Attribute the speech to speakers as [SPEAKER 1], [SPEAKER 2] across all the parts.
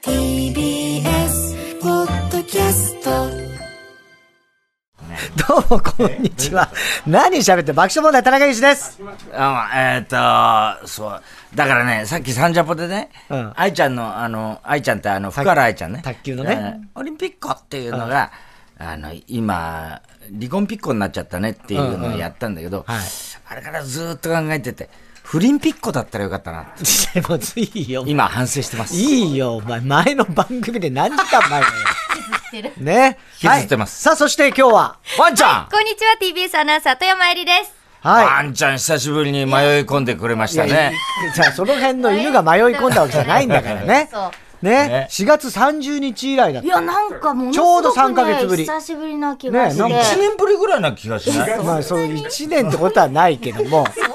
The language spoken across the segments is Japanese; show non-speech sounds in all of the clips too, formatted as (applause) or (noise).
[SPEAKER 1] (laughs) うもこんにちは。何喋って爆笑問題田中裕二です。
[SPEAKER 2] あえーっと、そう。だからね、さっきサンジャポでね
[SPEAKER 1] うん、
[SPEAKER 2] 愛、ちゃんの、あの、愛ちゃんってあの、福原愛ちゃんね。
[SPEAKER 1] 卓球のね
[SPEAKER 2] あ。オリンピックっていうのが、あの、今、離婚ピッコになっちゃったねっていうのをやったんだけど、
[SPEAKER 1] うんはい
[SPEAKER 2] あれからずーっと考えてて、不倫ピッコだったらよかったなって。
[SPEAKER 1] もういいよ。
[SPEAKER 2] 今反省してます。
[SPEAKER 1] いいよ、お前。前の番組で何時間前だよ。
[SPEAKER 3] てる
[SPEAKER 1] ね。
[SPEAKER 2] 引きずってます
[SPEAKER 1] はいさあ、そして今日は、
[SPEAKER 2] ワンちゃん、
[SPEAKER 3] こんにちは TBS アナウンサー富山えりです
[SPEAKER 1] は
[SPEAKER 2] ワンちゃん久しぶりに迷い込んでくれまし
[SPEAKER 1] い。
[SPEAKER 2] た
[SPEAKER 1] いや
[SPEAKER 2] ね。
[SPEAKER 1] いじゃあその辺の犬が迷い込んだわけじゃないんだからね。
[SPEAKER 3] (laughs) そ
[SPEAKER 1] ね
[SPEAKER 2] ね。
[SPEAKER 1] 4月30日以来だっ
[SPEAKER 3] いやなんかものす
[SPEAKER 1] ちょうど
[SPEAKER 3] ごく
[SPEAKER 1] 3ヶ月ぶり
[SPEAKER 3] ね久しぶりな気
[SPEAKER 1] ね
[SPEAKER 3] が
[SPEAKER 1] え
[SPEAKER 3] し
[SPEAKER 1] な
[SPEAKER 3] て、
[SPEAKER 1] ん
[SPEAKER 2] 一
[SPEAKER 1] か
[SPEAKER 2] 年ぶりぐらいな気がしない
[SPEAKER 1] た。まあ、そう、1年ってことはないけど
[SPEAKER 3] (laughs)
[SPEAKER 1] も。
[SPEAKER 3] そんなに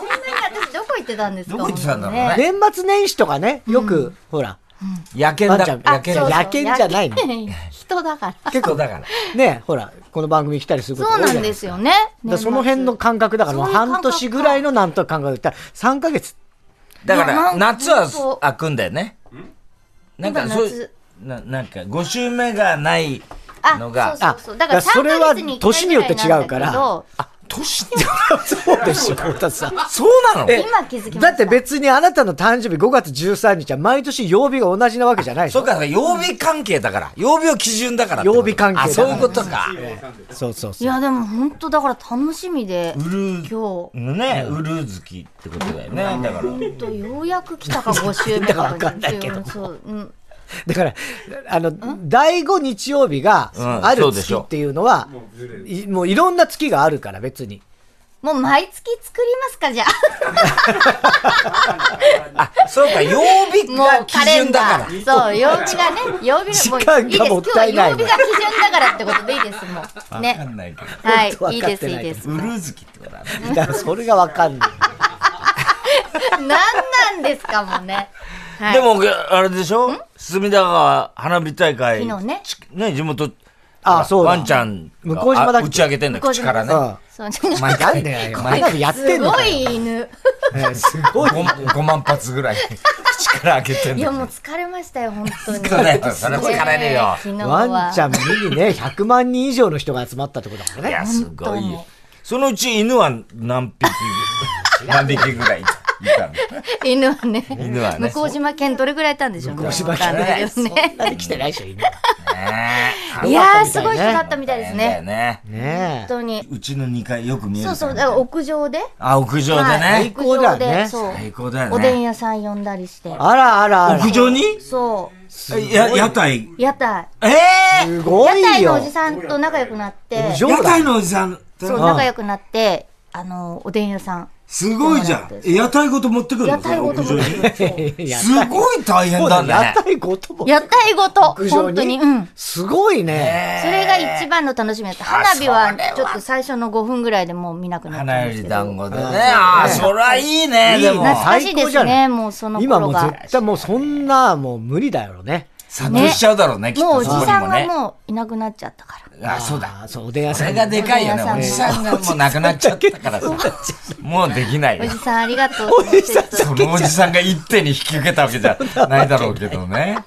[SPEAKER 3] 私どこ行ってたんですか
[SPEAKER 2] どこ行ってたんだろうね
[SPEAKER 3] 本
[SPEAKER 1] 年末年始とかね、よく、ほら、
[SPEAKER 2] 野犬
[SPEAKER 1] ワン
[SPEAKER 2] だ。
[SPEAKER 1] ちゃん
[SPEAKER 2] 野
[SPEAKER 3] 当に
[SPEAKER 2] 犬
[SPEAKER 3] ね
[SPEAKER 2] だ。
[SPEAKER 3] あそうそう
[SPEAKER 1] 野犬じゃないの
[SPEAKER 3] 野犬人だから
[SPEAKER 2] 結構だから。
[SPEAKER 1] ね、ほら、この番組来たりすること。
[SPEAKER 3] そうなんですすよ (laughs) ね
[SPEAKER 1] だからその辺の
[SPEAKER 3] 年
[SPEAKER 1] 感覚だから、もう
[SPEAKER 3] そういう感覚
[SPEAKER 1] 半年ぐらいのなんとか感覚だったら、3ヶ月。
[SPEAKER 2] だか
[SPEAKER 3] いやな
[SPEAKER 2] ら、
[SPEAKER 3] ん
[SPEAKER 2] 夏は
[SPEAKER 3] そう
[SPEAKER 2] 開くんだよね。なんか、
[SPEAKER 3] 今
[SPEAKER 2] そう
[SPEAKER 3] 夏
[SPEAKER 2] な、なんか、5週目がない
[SPEAKER 3] 末
[SPEAKER 2] のが、
[SPEAKER 3] あそうそうそうだから
[SPEAKER 1] それ
[SPEAKER 3] 3
[SPEAKER 1] は
[SPEAKER 3] ヶ月に1回
[SPEAKER 1] 年によって違うから
[SPEAKER 3] ぐらいなんだけど
[SPEAKER 2] あ、年に、
[SPEAKER 1] (laughs) そうでしょ、太田さん。
[SPEAKER 2] (laughs) そうなの
[SPEAKER 3] 今気づきまし
[SPEAKER 1] (laughs)
[SPEAKER 3] た
[SPEAKER 1] だって別にあなたの誕生日5月13日は毎年曜日が同じなわけじゃないでし
[SPEAKER 2] そう
[SPEAKER 1] ょ。
[SPEAKER 2] か、曜日関係だから。曜日を基準だからってこと。
[SPEAKER 1] 曜日関係
[SPEAKER 2] あ、
[SPEAKER 1] だから
[SPEAKER 2] そういうことか。
[SPEAKER 1] そうそう
[SPEAKER 3] い
[SPEAKER 1] そう。
[SPEAKER 3] やでも本当だから楽しみで
[SPEAKER 2] うる
[SPEAKER 3] 今日ほ
[SPEAKER 2] ね、うるずきってことだよね。だから。
[SPEAKER 3] んとようやく来たか5週目と
[SPEAKER 1] なんだかわかんないけども
[SPEAKER 3] そう、うん、
[SPEAKER 1] だから、あの、第5日曜日が
[SPEAKER 2] うん
[SPEAKER 1] ある
[SPEAKER 2] そうでし
[SPEAKER 1] 月
[SPEAKER 2] ょ
[SPEAKER 1] っていうのは、いもういろんな月があるから別に。
[SPEAKER 3] もう毎月作りますかじゃあ
[SPEAKER 2] あ、そうか、曜日
[SPEAKER 3] も
[SPEAKER 2] が
[SPEAKER 3] う
[SPEAKER 2] 基
[SPEAKER 3] カレ
[SPEAKER 2] 準
[SPEAKER 3] ン
[SPEAKER 2] だ
[SPEAKER 3] ダ
[SPEAKER 2] か
[SPEAKER 3] ー。そう、曜日がね、曜日
[SPEAKER 1] 時
[SPEAKER 3] が、
[SPEAKER 1] 間がも
[SPEAKER 3] もういいです。
[SPEAKER 1] ったいない
[SPEAKER 3] 今日は曜日が基準だからってことでいいです、も
[SPEAKER 2] ら。
[SPEAKER 3] う。
[SPEAKER 2] わかん
[SPEAKER 3] ね。
[SPEAKER 2] ないけど。
[SPEAKER 3] は
[SPEAKER 1] 本当わ
[SPEAKER 3] い、いい
[SPEAKER 1] かって
[SPEAKER 3] です、い
[SPEAKER 1] ないいけど
[SPEAKER 3] です。
[SPEAKER 2] うるずきってことだね。
[SPEAKER 1] (laughs) だからそれがわかんない。
[SPEAKER 3] 何なんですかもうね。はい。
[SPEAKER 2] でも、あれでしょ隅田川花火大会。
[SPEAKER 3] 昨日ね
[SPEAKER 2] ちね、地元。
[SPEAKER 1] あそうだ
[SPEAKER 2] ワンちゃんが。
[SPEAKER 1] 向島だっ
[SPEAKER 2] あ
[SPEAKER 1] け
[SPEAKER 2] 打ち上げてんだ、
[SPEAKER 3] 向
[SPEAKER 2] 口
[SPEAKER 3] 島
[SPEAKER 2] からね。
[SPEAKER 1] うん。
[SPEAKER 3] そう、
[SPEAKER 2] 毎
[SPEAKER 1] な
[SPEAKER 2] 回
[SPEAKER 1] んでよ、花火やって
[SPEAKER 3] す
[SPEAKER 1] んの
[SPEAKER 3] ご
[SPEAKER 1] かよ。
[SPEAKER 3] い犬。
[SPEAKER 1] ええ (laughs) すごい。
[SPEAKER 2] 5, 万発ぐらい口から開けてん
[SPEAKER 3] い
[SPEAKER 2] だけ
[SPEAKER 3] や、
[SPEAKER 2] ど
[SPEAKER 3] もう疲れましたよ、本当に。
[SPEAKER 2] 疲れたよそれは疲れるよ
[SPEAKER 3] ね昨日は。
[SPEAKER 1] ワンちゃん見にね、100万人以上の人が集まったってことだから (laughs)
[SPEAKER 2] い
[SPEAKER 1] ね。
[SPEAKER 2] やすご
[SPEAKER 3] 本当
[SPEAKER 2] い
[SPEAKER 3] に
[SPEAKER 2] よそのうち犬は何匹
[SPEAKER 3] (laughs)
[SPEAKER 2] 何匹ぐらいいたの
[SPEAKER 3] 犬はね。
[SPEAKER 2] 犬はね
[SPEAKER 3] 向島県どれぐらいいたんでしょう向
[SPEAKER 1] 島県ね
[SPEAKER 3] ですね。
[SPEAKER 1] 何来てないでしょ、今。
[SPEAKER 2] ね
[SPEAKER 3] いやー、すごい人だったみたいです
[SPEAKER 2] だよ
[SPEAKER 3] ね。
[SPEAKER 2] ね
[SPEAKER 1] ね
[SPEAKER 3] 本当に。
[SPEAKER 2] うちの2階よく見えるか
[SPEAKER 3] そ
[SPEAKER 2] ら
[SPEAKER 3] うそう、だから屋上で。
[SPEAKER 2] あ屋上で
[SPEAKER 3] はい
[SPEAKER 2] ね
[SPEAKER 1] 屋上だね
[SPEAKER 3] 屋上でそう
[SPEAKER 2] 最高だよ
[SPEAKER 3] おでん
[SPEAKER 2] ね
[SPEAKER 3] 屋さん呼んだりして
[SPEAKER 1] え。。あらあらあら
[SPEAKER 2] 屋。上に
[SPEAKER 3] そう。
[SPEAKER 2] や屋台
[SPEAKER 3] 屋台。
[SPEAKER 2] ええ
[SPEAKER 1] す
[SPEAKER 3] 屋
[SPEAKER 1] ごい
[SPEAKER 3] 台
[SPEAKER 1] よ
[SPEAKER 3] のお。じさんと仲良くなって、
[SPEAKER 1] 上
[SPEAKER 2] 屋台のおじさん
[SPEAKER 3] そう、仲良くなって、あの、おでん屋さん。
[SPEAKER 2] すごいじゃんえ屋台ごと持ってくるの
[SPEAKER 3] 屋台ごと
[SPEAKER 2] その
[SPEAKER 3] 持
[SPEAKER 2] 屋
[SPEAKER 3] っ
[SPEAKER 2] 上
[SPEAKER 3] て
[SPEAKER 2] に
[SPEAKER 3] くる。
[SPEAKER 1] いや
[SPEAKER 2] すごい大変
[SPEAKER 1] そう
[SPEAKER 2] だ
[SPEAKER 1] だね。屋
[SPEAKER 2] ね
[SPEAKER 1] 台ごとも。
[SPEAKER 3] 屋台ごと、
[SPEAKER 1] 屋上
[SPEAKER 3] 本当に。うん。
[SPEAKER 1] すごいね。
[SPEAKER 3] それが一番の楽しみだった。花火は、ちょっと最初の5分ぐらいでもう見なくなっちゃ
[SPEAKER 2] 花
[SPEAKER 3] い
[SPEAKER 2] よ
[SPEAKER 3] まし
[SPEAKER 2] り
[SPEAKER 3] たけ
[SPEAKER 2] 団
[SPEAKER 3] ど。
[SPEAKER 2] 子でね。ああ、そりゃいいね、
[SPEAKER 1] いい
[SPEAKER 2] でも。
[SPEAKER 1] ね
[SPEAKER 3] 懐かしいですね、もうその
[SPEAKER 1] 今も
[SPEAKER 3] 頃
[SPEAKER 1] う
[SPEAKER 3] が。
[SPEAKER 1] 絶対もうそんなもう無理だよね。
[SPEAKER 2] 殺到しちゃうだろうね、きっ
[SPEAKER 3] もう
[SPEAKER 2] と
[SPEAKER 3] お
[SPEAKER 2] そこに
[SPEAKER 3] じさん
[SPEAKER 2] も
[SPEAKER 3] は
[SPEAKER 2] ね。
[SPEAKER 3] もういなくなっちゃったから。
[SPEAKER 2] あ、そうだ。
[SPEAKER 1] あーそう、おでん屋
[SPEAKER 2] そ
[SPEAKER 1] さ
[SPEAKER 2] れ
[SPEAKER 1] ん。
[SPEAKER 2] がでかいよね。お
[SPEAKER 3] お
[SPEAKER 2] じ
[SPEAKER 3] じ
[SPEAKER 2] さ
[SPEAKER 3] さ
[SPEAKER 2] んがもうなくなっちゃったからさ。もうできない
[SPEAKER 3] お
[SPEAKER 2] よ
[SPEAKER 3] じ。さんありがとうと思って。
[SPEAKER 1] おじさん
[SPEAKER 2] そのおじさんが一手に引き受けたわけじゃないだろうけどね。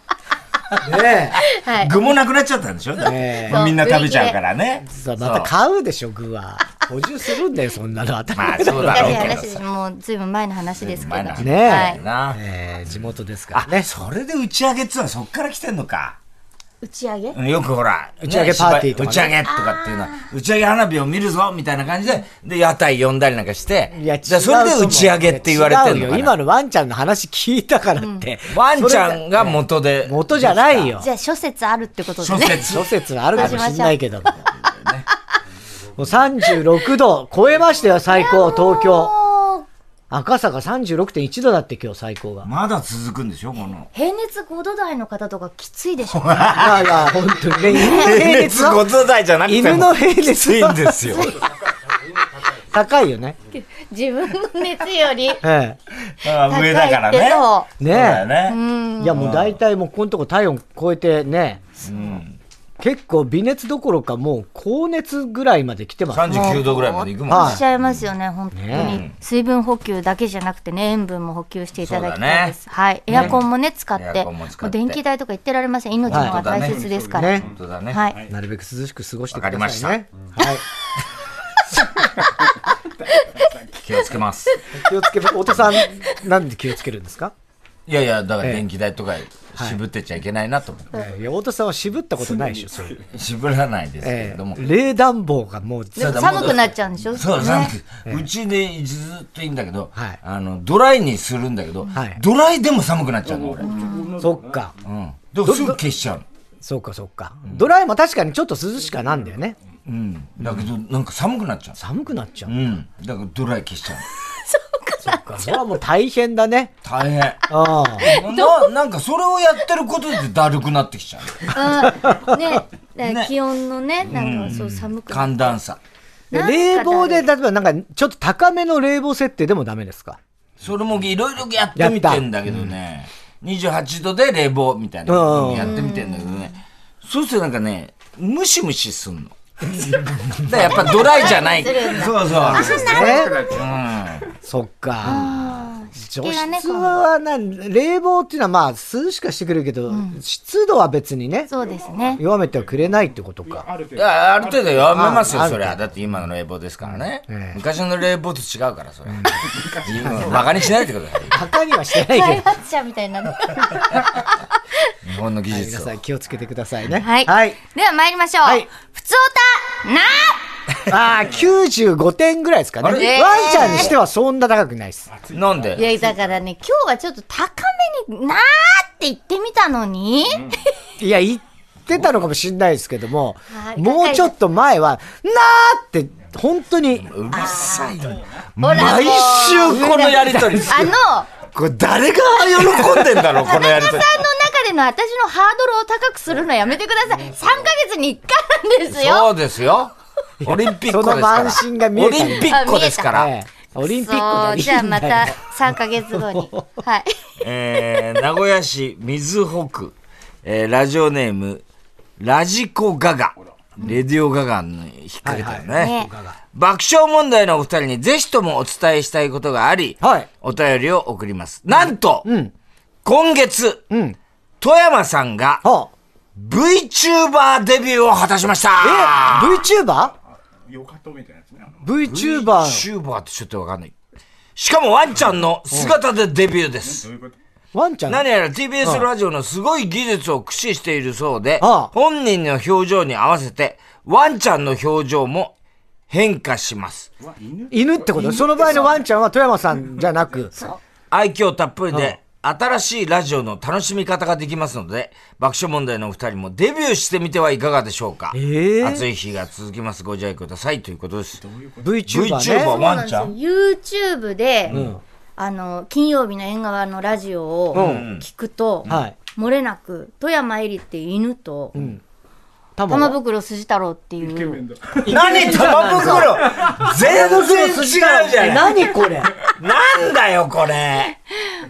[SPEAKER 1] (laughs) ね
[SPEAKER 3] はい。
[SPEAKER 2] 具もなくなっちゃったんでしょ
[SPEAKER 1] ねえ
[SPEAKER 2] もうみんな食べちゃうからね。
[SPEAKER 1] えさあまた買うでしょ、具は。補充するんだよ、そんなの。当たり
[SPEAKER 2] ま
[SPEAKER 1] 前
[SPEAKER 2] あ、そうだろ
[SPEAKER 3] 昔の
[SPEAKER 2] うけど
[SPEAKER 3] 話
[SPEAKER 2] さ
[SPEAKER 3] です。もうずいぶん前の話ですけ
[SPEAKER 2] 前の
[SPEAKER 3] ど。
[SPEAKER 2] 話
[SPEAKER 1] ねえ
[SPEAKER 3] はい。
[SPEAKER 2] な
[SPEAKER 1] えー地元ですから
[SPEAKER 2] あ、
[SPEAKER 1] ね。
[SPEAKER 2] それで打ち上げっつうのはそっから来てんのか。
[SPEAKER 3] 打ち上げ
[SPEAKER 2] うんよくほら、
[SPEAKER 1] 打ち上げパーティーとかね
[SPEAKER 2] ね、打ち上げとかっていうのは、打ち上げ花火を見るぞみたいな感じで、で、屋台呼んだりなんかして、
[SPEAKER 1] いや、違う
[SPEAKER 2] じゃあそれで打ち上げって言われてる
[SPEAKER 1] 違
[SPEAKER 2] の
[SPEAKER 1] うよ。
[SPEAKER 2] か
[SPEAKER 1] 今
[SPEAKER 2] な
[SPEAKER 1] のワンちゃんの話聞いたからって。
[SPEAKER 2] ワンちゃん
[SPEAKER 1] が。
[SPEAKER 2] が元で。
[SPEAKER 1] 元じゃないよ
[SPEAKER 3] じ。ゃあ諸説あるってことで
[SPEAKER 2] 諸
[SPEAKER 3] ね。
[SPEAKER 2] 説。
[SPEAKER 1] 諸説はあるかもしれないけども。もう36度超えましたよ、最高、東京。
[SPEAKER 3] もう
[SPEAKER 1] 赤坂36.1度だって今日最高が。
[SPEAKER 2] まだ続くんでしょこの。
[SPEAKER 3] 平熱5度台の方とかきついでしょ。
[SPEAKER 1] いやいや、本当にね、犬の平熱
[SPEAKER 2] ご
[SPEAKER 1] は
[SPEAKER 2] 存在じゃなくても。
[SPEAKER 1] 犬の平熱
[SPEAKER 2] いいん
[SPEAKER 1] は
[SPEAKER 2] ですよ。
[SPEAKER 1] 高いよね。
[SPEAKER 3] 自分の熱より
[SPEAKER 1] え
[SPEAKER 2] あー
[SPEAKER 3] 高
[SPEAKER 2] (laughs)
[SPEAKER 3] い
[SPEAKER 2] 上だからね。
[SPEAKER 3] けど。
[SPEAKER 1] え。
[SPEAKER 2] そうだよ
[SPEAKER 1] ね
[SPEAKER 2] ね。
[SPEAKER 1] え。いや、もう大体もうこのとこ体温超えてね、結構微熱どころかもう高熱ぐらいまで来てます。
[SPEAKER 2] 39度ぐらいまで行くもん
[SPEAKER 1] は
[SPEAKER 2] ね
[SPEAKER 3] し。ちゃいますよね、本当に
[SPEAKER 1] ね。
[SPEAKER 3] 水分補給だけじゃなくてね、塩分も補給していただきたいで
[SPEAKER 2] そう
[SPEAKER 3] す。はい。エアコンもね、使っ
[SPEAKER 2] エア
[SPEAKER 3] て。
[SPEAKER 2] コン
[SPEAKER 3] も
[SPEAKER 2] も使って
[SPEAKER 3] う電気代とか言ってられません。命の方が大切ですから。
[SPEAKER 1] ね
[SPEAKER 2] 本当だね。
[SPEAKER 3] はい。
[SPEAKER 1] なるべく涼しく過ごしてくださいね。
[SPEAKER 2] わかりました
[SPEAKER 1] はい。
[SPEAKER 2] 気をつけます。
[SPEAKER 1] 気をつけ、お父さん、なんで気をつけるんですか
[SPEAKER 2] いやいや、だから
[SPEAKER 1] ええ
[SPEAKER 2] 電気代とか渋ってちゃいけないなと思って。
[SPEAKER 1] いや、太田さんは渋ったことないでしょ、それ。
[SPEAKER 2] 渋らないですけれ
[SPEAKER 1] え
[SPEAKER 2] ども。
[SPEAKER 1] え冷暖房がもうず
[SPEAKER 2] そうだ
[SPEAKER 3] 寒くなっちゃうんでしょ
[SPEAKER 2] そう、
[SPEAKER 3] ね
[SPEAKER 2] 寒く。うちでずっといいんだけど
[SPEAKER 1] はい、
[SPEAKER 2] あの、ドライにするんだけど
[SPEAKER 1] はい、
[SPEAKER 2] ドライでも寒くなっちゃうの、俺。うん。
[SPEAKER 1] そっか、
[SPEAKER 2] でもすぐ消しちゃうの。
[SPEAKER 1] そうか、そうか。ドライも確かにちょっと涼しかなんだよね。
[SPEAKER 2] うん。だけど、なんか寒くなっちゃう。
[SPEAKER 1] 寒くなっちゃう。
[SPEAKER 2] うん。だからドライ消しちゃうの。
[SPEAKER 1] そっか、それはもう大変だね。
[SPEAKER 2] 大
[SPEAKER 3] (laughs)
[SPEAKER 2] 変。
[SPEAKER 1] ああ。
[SPEAKER 2] ななんかそれをやってることでだるくなってきちゃう。
[SPEAKER 3] うんねだから
[SPEAKER 2] ね
[SPEAKER 3] 気温のね、なんかそう寒くなる
[SPEAKER 2] 寒暖差。
[SPEAKER 1] で
[SPEAKER 3] なんか
[SPEAKER 1] 冷房で、
[SPEAKER 3] だ
[SPEAKER 1] 例えばなんか、ちょっと高めの冷房設定でもダメですか
[SPEAKER 2] それもいろいろやってみてんだけどね。28度で冷房みたいなのをやってみてんだけどね。そうするとなんかね、ムシムシすんの。 (laughs) だからやっぱドライじゃない。そうそう。
[SPEAKER 1] ね
[SPEAKER 2] うん。
[SPEAKER 1] そっか。
[SPEAKER 3] 湿
[SPEAKER 1] 除
[SPEAKER 3] 気がね
[SPEAKER 1] 湿はな、冷房っていうのはまあ涼しくはしてくれるけど、湿度は別にね、
[SPEAKER 3] そうですね
[SPEAKER 1] 弱めてはくれないってことか。
[SPEAKER 4] ある程
[SPEAKER 2] い
[SPEAKER 4] 度
[SPEAKER 2] や、ある程度やめますよ、
[SPEAKER 1] あ
[SPEAKER 2] それは。だって今の冷房ですからね
[SPEAKER 1] ええ。
[SPEAKER 2] 昔の冷房と違うから、それ。 (laughs) バカにしないでください。
[SPEAKER 1] バカにはしてない
[SPEAKER 3] 開
[SPEAKER 1] けど。
[SPEAKER 3] 発者みたいになる
[SPEAKER 2] 日本の技
[SPEAKER 1] 皆
[SPEAKER 2] 術を。
[SPEAKER 1] さん気をつけてくださいね。
[SPEAKER 3] はい、
[SPEAKER 1] はい。
[SPEAKER 3] では参りましょう、
[SPEAKER 1] はい
[SPEAKER 3] ふつおたな
[SPEAKER 1] ああ、95点ぐらいですかね。ワン
[SPEAKER 2] あ
[SPEAKER 1] ち
[SPEAKER 2] れ
[SPEAKER 1] ゃんにしてはそんな高くないです。
[SPEAKER 2] なんで
[SPEAKER 3] いやだからね今日はちょっと高めになーって言ってみたのに、
[SPEAKER 1] いや、言ってたのかもしれないですけども
[SPEAKER 3] は、い
[SPEAKER 1] もうちょっと前は、なーって、本当に、
[SPEAKER 2] うるさいよ。
[SPEAKER 3] ほら
[SPEAKER 2] 毎週このやりとり。
[SPEAKER 3] (laughs) あの
[SPEAKER 2] これ誰が喜んでんだろう、このやりとり。
[SPEAKER 3] さんの中での私のハードルを高くするのやめてください。3ヶ月に1回なんです
[SPEAKER 2] そ
[SPEAKER 3] よ。
[SPEAKER 2] うですよ。オリンピックです
[SPEAKER 1] その
[SPEAKER 2] から。
[SPEAKER 1] 慢心が見えた
[SPEAKER 2] オリンピックですか
[SPEAKER 1] ええ
[SPEAKER 2] ら。
[SPEAKER 1] オリンピックだ
[SPEAKER 3] そうじゃあまた
[SPEAKER 1] いいんだよ
[SPEAKER 3] 3ヶ月後 (laughs) に。
[SPEAKER 1] (laughs)
[SPEAKER 3] はい。
[SPEAKER 2] えー名古屋市水穂区、えーラジオネーム、ラジコガガ。レディオガガに引っ掛けたよね。
[SPEAKER 3] いはい
[SPEAKER 2] 爆笑問題のお二人にぜひともお伝えしたいことがあり、
[SPEAKER 1] はい
[SPEAKER 2] お便りを送ります。なんと、今月、富山さんが
[SPEAKER 1] は
[SPEAKER 2] VTuber デビューを果たしました
[SPEAKER 1] あ、え
[SPEAKER 4] よかとみたいなやつねあの
[SPEAKER 1] VTuber?VTuber?
[SPEAKER 2] VTuber ってちょっとわかんない。しかもワンちゃんの姿でデビューです
[SPEAKER 4] どう。いうこと
[SPEAKER 1] ワンちゃん
[SPEAKER 2] 何やら TBS ラジオのすごい技術を駆使しているそうで、
[SPEAKER 1] ああ
[SPEAKER 2] 本人の表情に合わせて、ワンちゃんの表情も変化します。
[SPEAKER 4] うわ犬
[SPEAKER 1] 犬ってことその場合のワンちゃんは富山さんじゃなく、
[SPEAKER 2] 愛嬌たっぷりで、新しいラジオの楽しみ方ができますので、爆笑問題のお二人もデビューしてみてはいかがでしょうか。
[SPEAKER 1] ええ
[SPEAKER 2] 暑い日が続きます。ご自愛ください。ということです。
[SPEAKER 1] VTuber ね。
[SPEAKER 2] VTuber ワンちゃん
[SPEAKER 3] YouTube で、あの、金曜日の縁側のラジオを聞くと、
[SPEAKER 1] はい。
[SPEAKER 3] 漏れなく、富山えりっていう犬と、
[SPEAKER 1] た
[SPEAKER 3] 玉
[SPEAKER 1] ま
[SPEAKER 3] 袋筋太郎ってい
[SPEAKER 4] イケメ
[SPEAKER 3] う、
[SPEAKER 4] ンだ
[SPEAKER 2] 何玉袋全然違うじゃない
[SPEAKER 1] 何これ
[SPEAKER 2] なんだよ、これ。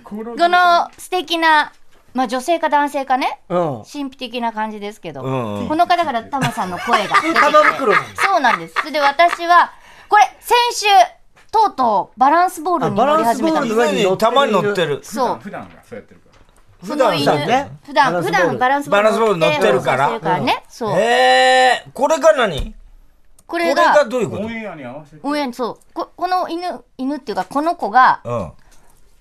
[SPEAKER 4] この
[SPEAKER 3] この素敵な、まあ女性か男性かね、
[SPEAKER 1] うん。
[SPEAKER 3] 神秘的な感じですけど、
[SPEAKER 2] うんうん
[SPEAKER 3] この方からタマさんの声が出てきて
[SPEAKER 1] 玉袋なん
[SPEAKER 3] そうなんです。それで私は、これ、先週、とうとうバランスボールに乗り始めた
[SPEAKER 1] あバランスボー
[SPEAKER 3] の
[SPEAKER 1] ル。
[SPEAKER 2] 犬に玉に乗ってる。
[SPEAKER 3] そう。
[SPEAKER 4] 普段がそうやってるから
[SPEAKER 3] その犬、
[SPEAKER 1] 普段ね
[SPEAKER 3] 普段、普段
[SPEAKER 1] バ
[SPEAKER 3] バランスボー
[SPEAKER 2] バ
[SPEAKER 3] ル
[SPEAKER 2] ランスボール乗ってるから
[SPEAKER 3] 乗ってね。そう。
[SPEAKER 2] へえ、これが何
[SPEAKER 3] こ
[SPEAKER 2] こ
[SPEAKER 3] れ
[SPEAKER 2] れが
[SPEAKER 3] が、
[SPEAKER 2] どういうこ
[SPEAKER 4] オンエアに合わせて
[SPEAKER 3] 応援、そう。ここの犬、犬っていうか、この子が、
[SPEAKER 2] と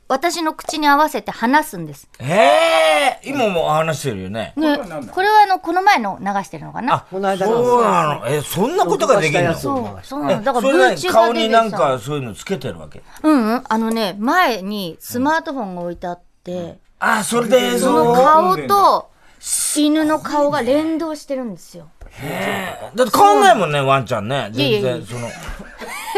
[SPEAKER 3] 私の口に合わせて話すんです。
[SPEAKER 2] うん。へえ、今も話してるよね。
[SPEAKER 3] ね
[SPEAKER 4] これは何だ
[SPEAKER 3] これは、あの、この前の流してるのかな。
[SPEAKER 2] あ、
[SPEAKER 1] この間の
[SPEAKER 2] そうなの。え、そんなことができるの
[SPEAKER 1] そ
[SPEAKER 3] そう、そうなの。だか
[SPEAKER 2] え
[SPEAKER 3] ら、
[SPEAKER 2] それ何
[SPEAKER 3] VTuber
[SPEAKER 2] 顔になん
[SPEAKER 3] デビューした
[SPEAKER 2] かそういうのつけてるわけ。
[SPEAKER 3] うんうん、あのね、前にスマートフォンが置いてあって、
[SPEAKER 2] あ、それで映
[SPEAKER 3] その
[SPEAKER 2] 像
[SPEAKER 3] 顔と犬の顔が連動してるんですよ。
[SPEAKER 2] だって変わんないもんね、ワンちゃんね。全
[SPEAKER 3] いやいや
[SPEAKER 2] 然、
[SPEAKER 3] いや
[SPEAKER 2] その。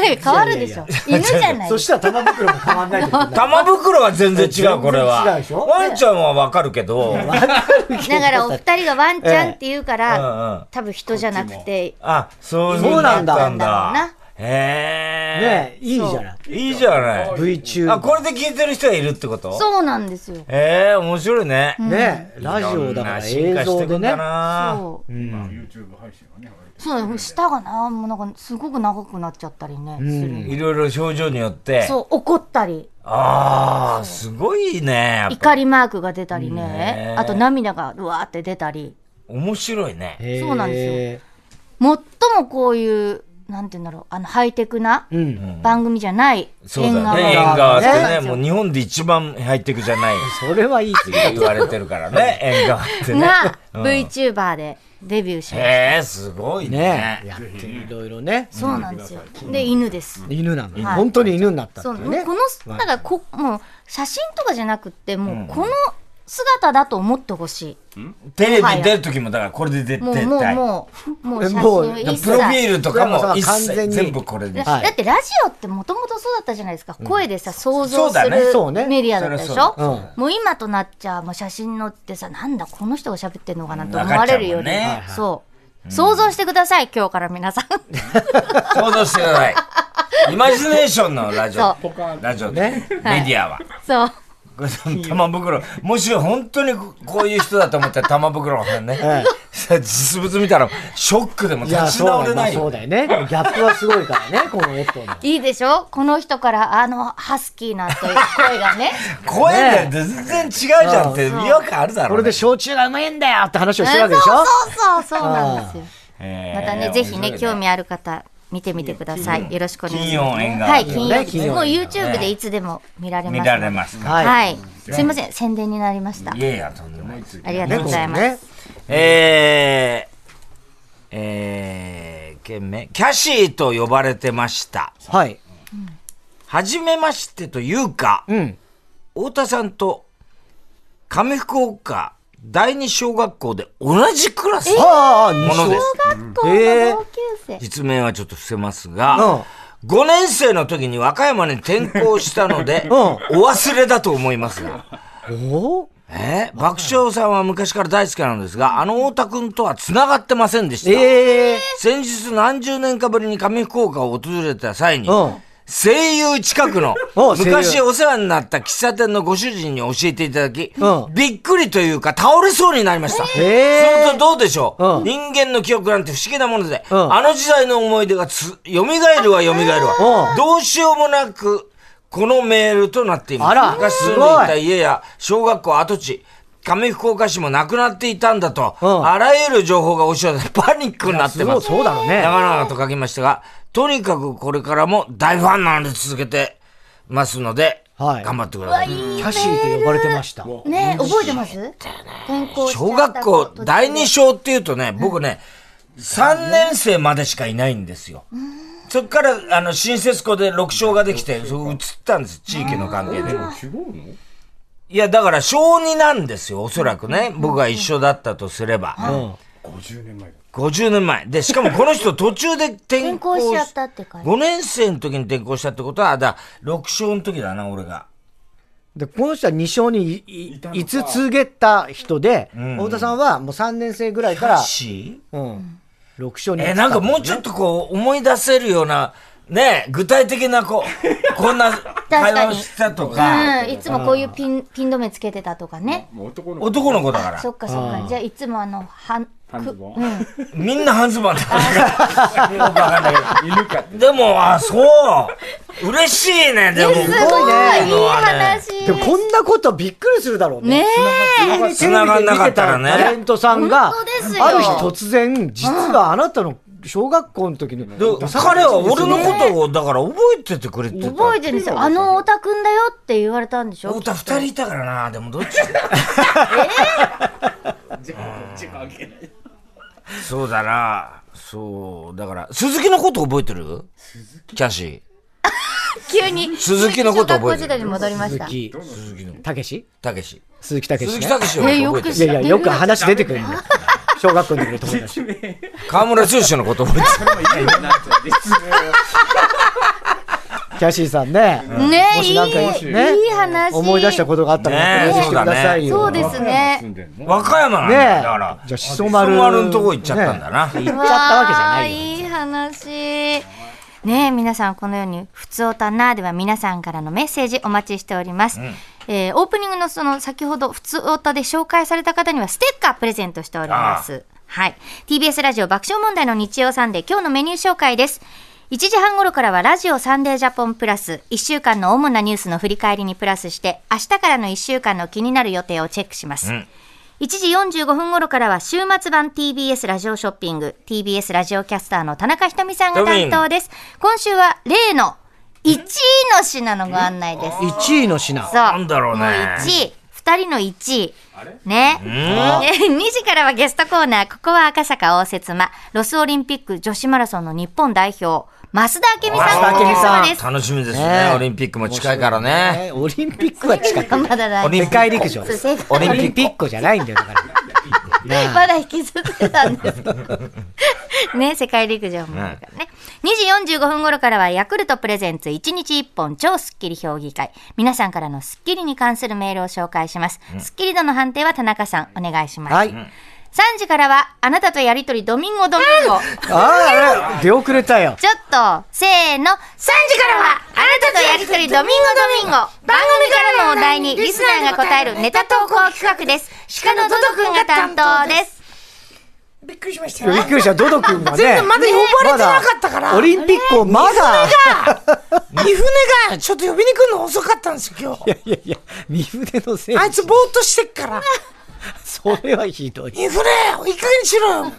[SPEAKER 3] 変わるでしょ。犬じゃな
[SPEAKER 1] (laughs)
[SPEAKER 3] い
[SPEAKER 1] そ。したら玉袋も変わんないってことだ。
[SPEAKER 2] 玉袋は全然違う、これ
[SPEAKER 1] 全
[SPEAKER 2] は。
[SPEAKER 1] 然違うでしょ
[SPEAKER 2] ワンちゃんはわかるけど。うんうん。
[SPEAKER 3] (laughs) だからお二人がワンちゃんって言うから、
[SPEAKER 2] あ、
[SPEAKER 3] 多分人じゃなくて、
[SPEAKER 2] そういう
[SPEAKER 1] そう
[SPEAKER 2] の
[SPEAKER 1] なんだ
[SPEAKER 2] ったん
[SPEAKER 3] なんだろう
[SPEAKER 2] だ
[SPEAKER 3] な。
[SPEAKER 2] へ
[SPEAKER 1] ねえ、いいじゃない。
[SPEAKER 2] え。いいじゃない。
[SPEAKER 1] VTuber。
[SPEAKER 2] あ、これで聞いてる人はいるってこと
[SPEAKER 3] そうなんですよ。
[SPEAKER 2] ええ面白いね。
[SPEAKER 1] ねラジオだから映像でね。
[SPEAKER 3] そう。
[SPEAKER 4] 今 YouTube 配信はね割と
[SPEAKER 3] そうだよ舌がな、もうなんかすごく長くなっちゃったりね、するの
[SPEAKER 2] いろいろ表情によって。
[SPEAKER 3] そう、怒ったり、
[SPEAKER 2] ああ、すごいね。やっぱ
[SPEAKER 3] 怒りマークが出たりね
[SPEAKER 2] ね、
[SPEAKER 3] あと涙がうわーって出たり、
[SPEAKER 2] 面白いね。
[SPEAKER 1] へー
[SPEAKER 3] そうなんですよ最もこういうなんて言うんだろう、あの、ハイテクな
[SPEAKER 1] うん。
[SPEAKER 3] 番組じゃない、
[SPEAKER 2] そうだね。
[SPEAKER 1] 縁
[SPEAKER 2] 縁
[SPEAKER 1] 側
[SPEAKER 2] 側って
[SPEAKER 1] ね
[SPEAKER 2] ね、もう日本で一番ハイテクじゃないっ
[SPEAKER 1] それは言い過
[SPEAKER 2] て
[SPEAKER 1] ぎだ。
[SPEAKER 2] 言われてるからね、縁側ってね。
[SPEAKER 3] が
[SPEAKER 2] うん
[SPEAKER 3] VTuber でデビューしました。
[SPEAKER 2] へえ、すごい
[SPEAKER 1] ね
[SPEAKER 2] ね。
[SPEAKER 1] やっていろいろね。
[SPEAKER 3] そうなんですよ。で、犬です。
[SPEAKER 1] 犬なのね。
[SPEAKER 3] はい
[SPEAKER 1] 本当に犬になったって
[SPEAKER 3] そう
[SPEAKER 1] いう
[SPEAKER 3] ね、
[SPEAKER 1] ね
[SPEAKER 3] こ。の、だからこ、もう、写真とかじゃなくって、もう、この姿だと思ってほし
[SPEAKER 2] テレビ出る時もだからこれで出
[SPEAKER 3] い。
[SPEAKER 2] て
[SPEAKER 3] もう、
[SPEAKER 2] 絶
[SPEAKER 3] もう、
[SPEAKER 2] 対。
[SPEAKER 3] もう、もう写
[SPEAKER 1] もう
[SPEAKER 3] 真一
[SPEAKER 2] プロフィ
[SPEAKER 3] 切。
[SPEAKER 2] ールとかも一
[SPEAKER 1] 完全
[SPEAKER 2] 切
[SPEAKER 1] に
[SPEAKER 2] 全部これで
[SPEAKER 3] だ
[SPEAKER 2] す。
[SPEAKER 1] はい
[SPEAKER 3] ってラジオってもともとそうだったじゃないですか、声でさ想
[SPEAKER 2] そ
[SPEAKER 3] 像
[SPEAKER 2] う
[SPEAKER 3] す
[SPEAKER 2] だ
[SPEAKER 3] る
[SPEAKER 2] ね
[SPEAKER 1] そうね
[SPEAKER 3] メディアだったでし
[SPEAKER 2] そりゃそ
[SPEAKER 3] ょ
[SPEAKER 2] う
[SPEAKER 1] だうん
[SPEAKER 3] もう今となっちゃもう写真載ってさなんだこの人が喋ってんのかなと
[SPEAKER 2] わ
[SPEAKER 3] 思
[SPEAKER 2] か
[SPEAKER 3] わ
[SPEAKER 2] っちゃ
[SPEAKER 3] れ
[SPEAKER 2] うもんね
[SPEAKER 3] るよね
[SPEAKER 2] はいはい
[SPEAKER 3] そう、想像してください今日から
[SPEAKER 2] (laughs)
[SPEAKER 3] 皆さん
[SPEAKER 2] 想像してください。イマジネーションのラジ
[SPEAKER 3] そ
[SPEAKER 2] オ
[SPEAKER 3] う。
[SPEAKER 2] ラジオで、
[SPEAKER 1] ね
[SPEAKER 2] メディ
[SPEAKER 3] (laughs)
[SPEAKER 2] アは。
[SPEAKER 3] そう
[SPEAKER 2] これ玉袋。もし本当にこういう人だと思ったら玉袋さんね。
[SPEAKER 1] はい
[SPEAKER 2] 実物見たらショックでも
[SPEAKER 1] い
[SPEAKER 2] 立
[SPEAKER 1] や、
[SPEAKER 2] ち
[SPEAKER 1] そうだ
[SPEAKER 2] 直れ
[SPEAKER 1] よ
[SPEAKER 2] な
[SPEAKER 1] ね。
[SPEAKER 2] い
[SPEAKER 1] そう
[SPEAKER 2] よ。
[SPEAKER 1] だよね。ギャップはすごいから
[SPEAKER 3] (laughs)
[SPEAKER 1] ね、このエットの。
[SPEAKER 3] いいでしょこの人からあのハスキーなという声
[SPEAKER 2] (laughs)
[SPEAKER 3] がね
[SPEAKER 2] 声で全然違うじゃんって違和感あるだ
[SPEAKER 1] こ
[SPEAKER 2] ろ
[SPEAKER 1] れ
[SPEAKER 2] う
[SPEAKER 1] で
[SPEAKER 2] ね。
[SPEAKER 1] 焼酎がうまいんだよって話をしてるわけでしょ
[SPEAKER 3] そうそうそうそうなんですよ
[SPEAKER 2] えー
[SPEAKER 3] またねぜひね興。
[SPEAKER 2] 面
[SPEAKER 3] 味ある方見てみてくださいよろしくお願いし
[SPEAKER 2] 金
[SPEAKER 3] ま
[SPEAKER 2] 曜
[SPEAKER 3] す
[SPEAKER 2] 縁側
[SPEAKER 3] はい金曜
[SPEAKER 1] 金曜
[SPEAKER 3] もう YouTube でいつでも見られ
[SPEAKER 2] 白い
[SPEAKER 3] ます
[SPEAKER 2] ね見
[SPEAKER 3] ので
[SPEAKER 2] られますか
[SPEAKER 1] はい。
[SPEAKER 3] はいすいません宣伝になりました
[SPEAKER 2] いやいや、とんでもない。
[SPEAKER 3] ありが
[SPEAKER 1] ね
[SPEAKER 3] とうございます、
[SPEAKER 1] このね
[SPEAKER 2] えー、えー、件名。キャシーと呼ばれてました。
[SPEAKER 1] はい。
[SPEAKER 2] はじめましてというか、
[SPEAKER 1] うん。
[SPEAKER 2] 太田さんと上福岡第二小学校で同じクラスの
[SPEAKER 1] ああ、
[SPEAKER 2] もの
[SPEAKER 1] 西
[SPEAKER 2] です。
[SPEAKER 3] 学校の同級生、
[SPEAKER 2] 実名はちょっと伏せますが
[SPEAKER 1] う、
[SPEAKER 2] 5年生の時に和歌山に転校したの
[SPEAKER 1] (laughs)
[SPEAKER 2] で、
[SPEAKER 1] ん
[SPEAKER 2] お忘れだと思いますが。
[SPEAKER 1] おお
[SPEAKER 2] えー爆笑さんは昔から大好きなんですが、あの太田くんとは繋がってませんでした。
[SPEAKER 1] ええ
[SPEAKER 2] 先日何十年かぶりに上福岡を訪れた際に、
[SPEAKER 1] うん
[SPEAKER 2] 声優近くの
[SPEAKER 1] (laughs) お声優
[SPEAKER 2] 昔お世話になった喫茶店のご主人に教えていただき、
[SPEAKER 1] うん
[SPEAKER 2] びっくりというか倒れそうになりました。
[SPEAKER 1] へー
[SPEAKER 2] するとどうでしょう、
[SPEAKER 1] うん
[SPEAKER 2] 人間の記憶なんて不思議なもので、
[SPEAKER 1] うん
[SPEAKER 2] あの時代の思い出がつ蘇るは蘇る
[SPEAKER 1] う
[SPEAKER 2] わ
[SPEAKER 1] ん。
[SPEAKER 2] どうしようもなく、このメールとなっています。
[SPEAKER 1] あら
[SPEAKER 2] が住んでいた家や小学校跡地、上福岡市もなくなっていたんだと、
[SPEAKER 1] うん
[SPEAKER 2] あらゆる情報が押し寄せ、パニックになって
[SPEAKER 1] そ
[SPEAKER 2] ま
[SPEAKER 1] う、
[SPEAKER 2] す。
[SPEAKER 1] そうだろうね。
[SPEAKER 2] (laughs) 長々と書きましたが、とにかくこれからも大ファンなので続けてますので、
[SPEAKER 1] はい
[SPEAKER 2] 頑張ってください。
[SPEAKER 1] キャシーと呼ばれてました。
[SPEAKER 3] ね覚えてます転校しちゃ
[SPEAKER 2] 小
[SPEAKER 3] った
[SPEAKER 2] 学校
[SPEAKER 3] こと
[SPEAKER 2] 第二章っていうとね、僕ね、3年生までしかいないんですよ。そっから、あの、新設校で6章ができて、そう移ったんです、地域の関係で。
[SPEAKER 4] 違うの
[SPEAKER 2] いや、だから小2なんですよ、おそらくね。僕が一緒だったとすれば。
[SPEAKER 1] うん。
[SPEAKER 4] ?50 年前だ。
[SPEAKER 2] 50年前。で、しかもこの人途中で転
[SPEAKER 3] 転
[SPEAKER 2] 校
[SPEAKER 3] 校し
[SPEAKER 2] し
[SPEAKER 3] ちゃったって感じ
[SPEAKER 2] 5年生の時に転校したってことは、だ、6章の時だな、俺が。
[SPEAKER 1] で、この人は2勝にい
[SPEAKER 4] いたのか
[SPEAKER 1] いつ告げた人で、
[SPEAKER 2] ん
[SPEAKER 1] 太田さんはもう3年生ぐらいから、
[SPEAKER 2] し
[SPEAKER 1] うん。6勝に移
[SPEAKER 2] え、
[SPEAKER 1] った
[SPEAKER 2] なんかもうちょっとこう、思い出せるような、ね、具体的なこう、こんな会話をしてたとか、
[SPEAKER 3] うんいつもこういうピンピン止めつけてたとかね
[SPEAKER 4] もう男の子。
[SPEAKER 2] 男の子だか
[SPEAKER 3] そ
[SPEAKER 2] ら、
[SPEAKER 3] っかそっかじゃあいつもあのはん
[SPEAKER 4] 半ズ
[SPEAKER 3] く
[SPEAKER 4] ボン。
[SPEAKER 2] みんな半ズボンだから、よくわかんないけ
[SPEAKER 4] 犬か。
[SPEAKER 2] ど。でも、あ、そう嬉しいね、でも。
[SPEAKER 3] すごい
[SPEAKER 1] ね
[SPEAKER 3] いい話
[SPEAKER 1] でもこんなことびっくりするだろうね。
[SPEAKER 3] ね
[SPEAKER 2] 繋がんなかったらね
[SPEAKER 1] テレビで見てタレントさんが、
[SPEAKER 3] 本当ですよ
[SPEAKER 1] ある日突然、実はあなたの小学校の時に、
[SPEAKER 2] で彼は俺のことを、だから覚えててくれて
[SPEAKER 3] え
[SPEAKER 2] た。
[SPEAKER 3] 覚えてるんですよあの太田くんだよって言われたんでしょ
[SPEAKER 2] 太田二人いたからな、でもどっち
[SPEAKER 4] 時間あげない。
[SPEAKER 2] そうだな。そう、だから、鈴木のこと覚えてるキャシ
[SPEAKER 3] 急に
[SPEAKER 2] 鈴木のこと覚えてる
[SPEAKER 3] 小学校時代に戻りました
[SPEAKER 1] 鈴木
[SPEAKER 2] ー。鈴木の。
[SPEAKER 1] たけした
[SPEAKER 2] けし。
[SPEAKER 1] 鈴木たけし
[SPEAKER 2] 鈴
[SPEAKER 1] ね
[SPEAKER 2] 木。たけしを
[SPEAKER 3] えよ
[SPEAKER 2] 覚えて
[SPEAKER 3] く知
[SPEAKER 2] る
[SPEAKER 3] っ。
[SPEAKER 1] いやいや、よく話出てくるんだよ。小学校の時の友達。
[SPEAKER 4] (laughs)
[SPEAKER 2] 河村剛のこと覚え
[SPEAKER 1] (laughs)
[SPEAKER 2] てる。
[SPEAKER 4] いいよ (laughs) なっちゃう。実名を
[SPEAKER 1] キャシーさんね。
[SPEAKER 3] ね
[SPEAKER 1] も
[SPEAKER 3] い
[SPEAKER 1] し
[SPEAKER 3] い
[SPEAKER 1] なんかね
[SPEAKER 3] いい話
[SPEAKER 1] 思い出したことがあったら
[SPEAKER 2] ねえ
[SPEAKER 1] お話ししてくださいよ。
[SPEAKER 3] そうですね
[SPEAKER 4] 住んでんの
[SPEAKER 2] 和歌山なん
[SPEAKER 1] ねえ。
[SPEAKER 2] だよだから。
[SPEAKER 1] じゃあ、しそ丸。
[SPEAKER 2] しそ丸のとこ行っちゃったんだな
[SPEAKER 1] ね行っちゃったわけじゃないよ。
[SPEAKER 3] わあいい話。ねえ、皆さん、このように、ふつおたなーでは皆さんからのメッセージお待ちしております。えーオープニングのその、先ほど、ふつおたで紹介された方には、ステッカープレゼントしております。はい。TBS ラジオ爆笑問題の日曜サンデー、今日のメニュー紹介です。1時半頃からはラジオサンデージャポンプラス、1週間の主なニュースの振り返りにプラスして、明日からの1週間の気になる予定をチェックします。 1時45分頃からは週末版 TBS ラジオショッピング TBS ラジオキャスターの田中ひとみさんが担当です今週は例の1位の品のご案内です
[SPEAKER 1] 1位の品。
[SPEAKER 3] そう
[SPEAKER 2] なんだろうね
[SPEAKER 3] も1位2人の1位ね、2時からはゲストコーナー、ここは赤坂応接間、ロスオリンピック女子マラソンの日本代表、増田明美さんが
[SPEAKER 1] 増田
[SPEAKER 3] お
[SPEAKER 1] 明
[SPEAKER 3] 客
[SPEAKER 1] 美さん
[SPEAKER 3] 様です。
[SPEAKER 2] 楽しみです
[SPEAKER 1] ね
[SPEAKER 2] ね。
[SPEAKER 1] え
[SPEAKER 2] オリンピックも近いからね。
[SPEAKER 1] ねオリンピックは近く。
[SPEAKER 3] (laughs) まだだ
[SPEAKER 2] オリン
[SPEAKER 1] 世界陸上。
[SPEAKER 3] そう世界
[SPEAKER 1] オリンピックじゃないんだよ、だから。
[SPEAKER 3] まだ引きずってたんですけ (laughs) ど。ね、世界陸上もあるからね。2時45分頃からは、ヤクルトプレゼンツ1日1本超スッキリ評議会。皆さんからのスッキリに関するメールを紹介します。スッキリ度の判定は田中さん、お願いします。
[SPEAKER 1] はい。
[SPEAKER 3] 3時からは、あなたとやりとりドミンゴドミン (laughs) ゴ。
[SPEAKER 1] ああ、出遅れたよ。
[SPEAKER 3] ちょっと、せーの、3時からは、あなたとやりとりドミンゴドミンゴ。番組からのお題にリスナーが答えるネタ投稿企画です。鹿のドドくんが担当です。
[SPEAKER 5] びっくりしました
[SPEAKER 1] び
[SPEAKER 5] よ。
[SPEAKER 1] っくりした、ドド君がね。
[SPEAKER 5] 全然まだ呼ばれてなかったから
[SPEAKER 1] まだオリンピックをまだ。
[SPEAKER 5] 三船がちょっと呼びに来るの遅かったんですよ、今日。
[SPEAKER 1] いやいや、三船のせい
[SPEAKER 5] あいつぼーっとしてっから。
[SPEAKER 1] それはひどい。
[SPEAKER 5] 三船、いい加減にしろ
[SPEAKER 1] (laughs)
[SPEAKER 5] よ。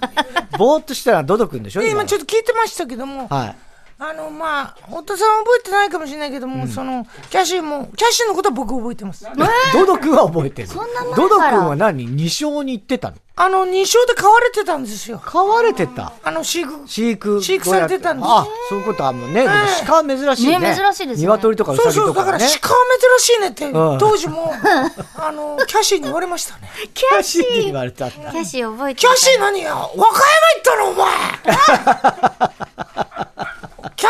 [SPEAKER 1] ぼーっとしたらドド君でしょ
[SPEAKER 5] で今ちょ
[SPEAKER 1] っ
[SPEAKER 5] っと聞いてましたけども、
[SPEAKER 1] と。はい。
[SPEAKER 5] あの、まあ、本田さんは覚えてないかもしれないけども、その、キャシーも、キャシーのことは僕覚えてます。
[SPEAKER 1] ドド君は覚えてる。
[SPEAKER 3] な前から
[SPEAKER 1] ドド君は何二勝に行ってたの
[SPEAKER 5] あの、2勝で買われてたんですよ。
[SPEAKER 1] 飼われてた。
[SPEAKER 5] あの、飼育。
[SPEAKER 1] 飼育。
[SPEAKER 5] 飼育されてたんです
[SPEAKER 1] あ、そういうことはもうね。でも鹿は珍しいね。
[SPEAKER 3] ね珍しいですよね
[SPEAKER 1] 鶏とかウ
[SPEAKER 5] そ
[SPEAKER 1] サ
[SPEAKER 5] う
[SPEAKER 1] ギ
[SPEAKER 5] そう、
[SPEAKER 1] と
[SPEAKER 5] だ
[SPEAKER 1] か
[SPEAKER 5] から
[SPEAKER 1] ね。 (laughs)
[SPEAKER 5] 鹿は珍しいねって、当時も、あの、キャシーに言われましたね。
[SPEAKER 1] キャシーに言われたんだ。
[SPEAKER 3] キャシー覚えて
[SPEAKER 5] キャシー
[SPEAKER 3] の
[SPEAKER 5] 何よ和歌山行ったのお前
[SPEAKER 1] (laughs)
[SPEAKER 5] キャ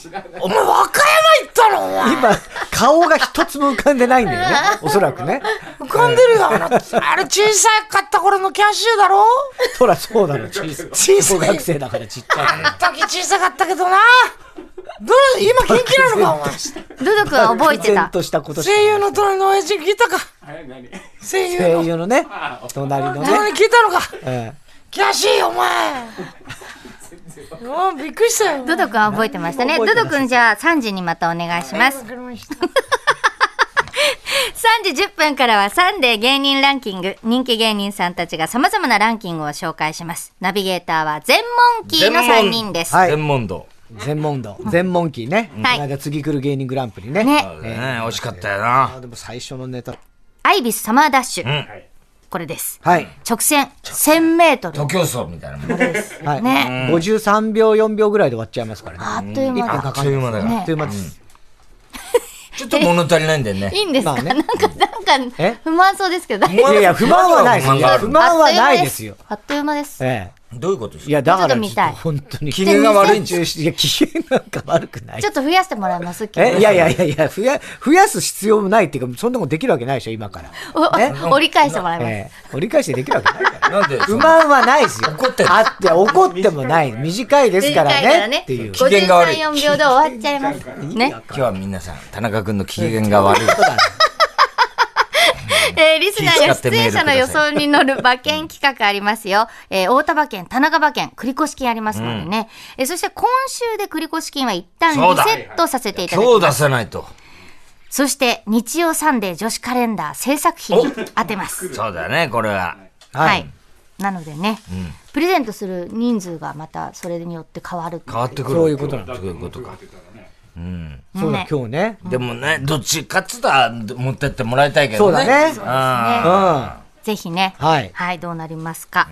[SPEAKER 5] シーお前和歌山行ったのお前
[SPEAKER 1] 今、顔が一つも浮かんでないんだよね。おそらくね。
[SPEAKER 5] 浮かんでるよあのあれ小さかった頃のキャシーだろ
[SPEAKER 1] そらそうだろ、小さい。
[SPEAKER 5] 小さい
[SPEAKER 1] 小学生だからちっちゃい。
[SPEAKER 5] 時小さかったけどなどう今元気なのかお前
[SPEAKER 1] (laughs)
[SPEAKER 3] ドドくんは覚え
[SPEAKER 1] 漠
[SPEAKER 3] てた
[SPEAKER 1] (laughs) 然。としたことしか
[SPEAKER 5] 声優の隣の親父に聞いたか
[SPEAKER 4] え何
[SPEAKER 5] 声優
[SPEAKER 1] 声
[SPEAKER 5] の
[SPEAKER 1] 優のね、隣のね。
[SPEAKER 5] 隣に聞いたのか
[SPEAKER 1] え
[SPEAKER 5] キャシーお前おびっくりしたよ
[SPEAKER 3] ドドくんは覚えてましたね。ド
[SPEAKER 1] 覚えてな
[SPEAKER 3] ド
[SPEAKER 1] い
[SPEAKER 3] くんじゃあ3時にまたお願いします。
[SPEAKER 5] かりました
[SPEAKER 3] 3時10分からはサンデー芸人ランキング。人気芸人さんたちが様々なランキングを紹介します。ナビゲーターは全モンキーの3人です。
[SPEAKER 1] はい
[SPEAKER 2] 全問堂。
[SPEAKER 1] え全問堂、全問期ね。この
[SPEAKER 3] はい
[SPEAKER 1] 間次来る芸人グランプリね。
[SPEAKER 3] ね
[SPEAKER 2] そうだね、惜しかったよ
[SPEAKER 1] あ
[SPEAKER 2] な。
[SPEAKER 1] でも最初のネタ。
[SPEAKER 3] アイビスサマーダッシュ。
[SPEAKER 2] ん
[SPEAKER 3] これです。
[SPEAKER 1] はい。
[SPEAKER 3] 直線1000メートル
[SPEAKER 2] 徒。競走みたいなもん。
[SPEAKER 1] はい。
[SPEAKER 3] ね
[SPEAKER 1] 53秒、4秒ぐらいで終わっちゃいますからね。
[SPEAKER 3] あっという間だ。
[SPEAKER 2] あっという間だか
[SPEAKER 1] あ
[SPEAKER 2] ら
[SPEAKER 1] っ。という間です。
[SPEAKER 2] ちょっと物足りないんだよね
[SPEAKER 3] い。いんですか、
[SPEAKER 1] まあね
[SPEAKER 3] なんか、なん
[SPEAKER 1] え
[SPEAKER 3] か、不満そうですけど、大丈
[SPEAKER 1] いやいや、不満はないですよ。いや不満はないですよ。
[SPEAKER 3] あっという間です。
[SPEAKER 1] え
[SPEAKER 2] どういうことで
[SPEAKER 1] え。
[SPEAKER 2] す
[SPEAKER 1] い
[SPEAKER 2] か
[SPEAKER 1] や、だから、
[SPEAKER 3] もうちょっと見たい
[SPEAKER 1] 本当に。
[SPEAKER 2] 機嫌が悪いんです
[SPEAKER 1] 中止いや、機嫌なんか悪くない
[SPEAKER 3] ちょ。っと増やしてもらいます、今
[SPEAKER 1] え
[SPEAKER 3] 日。
[SPEAKER 1] いやいやいやいや、増や、増やす必要もないっていうか、そんなことできるわけないでしょ、今から。
[SPEAKER 3] お
[SPEAKER 1] ね
[SPEAKER 3] 折り返してもらいます。
[SPEAKER 1] ええ。折り返してできるわけないから。
[SPEAKER 2] なんで、
[SPEAKER 1] (laughs) 不満はないですよ。
[SPEAKER 2] 怒ってる
[SPEAKER 1] あって、怒ってもない。短いですからね。っていう。
[SPEAKER 2] 機嫌が悪い
[SPEAKER 3] 53、4秒で終わっちゃいます。ね。
[SPEAKER 2] 今日は皆さん、田中君の機嫌が悪い。
[SPEAKER 3] えーリスナーや
[SPEAKER 2] 気遣って
[SPEAKER 3] 出
[SPEAKER 2] メール
[SPEAKER 3] 演
[SPEAKER 2] くだ
[SPEAKER 3] 者
[SPEAKER 2] さい
[SPEAKER 3] の予想に乗る馬券企画ありますよ。えー大田馬券、田中馬券、繰越金ありますのでね。えーそして今週で繰越金は一旦
[SPEAKER 2] そう
[SPEAKER 3] リ
[SPEAKER 2] だ
[SPEAKER 3] セットさせていただきます。
[SPEAKER 2] 今日出さないと。
[SPEAKER 3] そして日曜サンデー女子カレンダー制作費に当てます。
[SPEAKER 2] そうだね、これは。
[SPEAKER 3] は
[SPEAKER 1] はい
[SPEAKER 3] い。なのでね、プレゼントする人数がまたそれによって変わるっていう。
[SPEAKER 2] 変わってくる。
[SPEAKER 1] そういうことなんだ
[SPEAKER 2] そういうことか。
[SPEAKER 1] そうだ
[SPEAKER 3] ね、
[SPEAKER 1] 今日ね。
[SPEAKER 2] でもね、どっちかっつったら持ってってもらいたいけ
[SPEAKER 1] そ
[SPEAKER 2] ど
[SPEAKER 1] う
[SPEAKER 2] ね。
[SPEAKER 1] だね。うん。
[SPEAKER 2] あ
[SPEAKER 1] は
[SPEAKER 3] ぜひね、
[SPEAKER 1] はい
[SPEAKER 3] どうなりますか。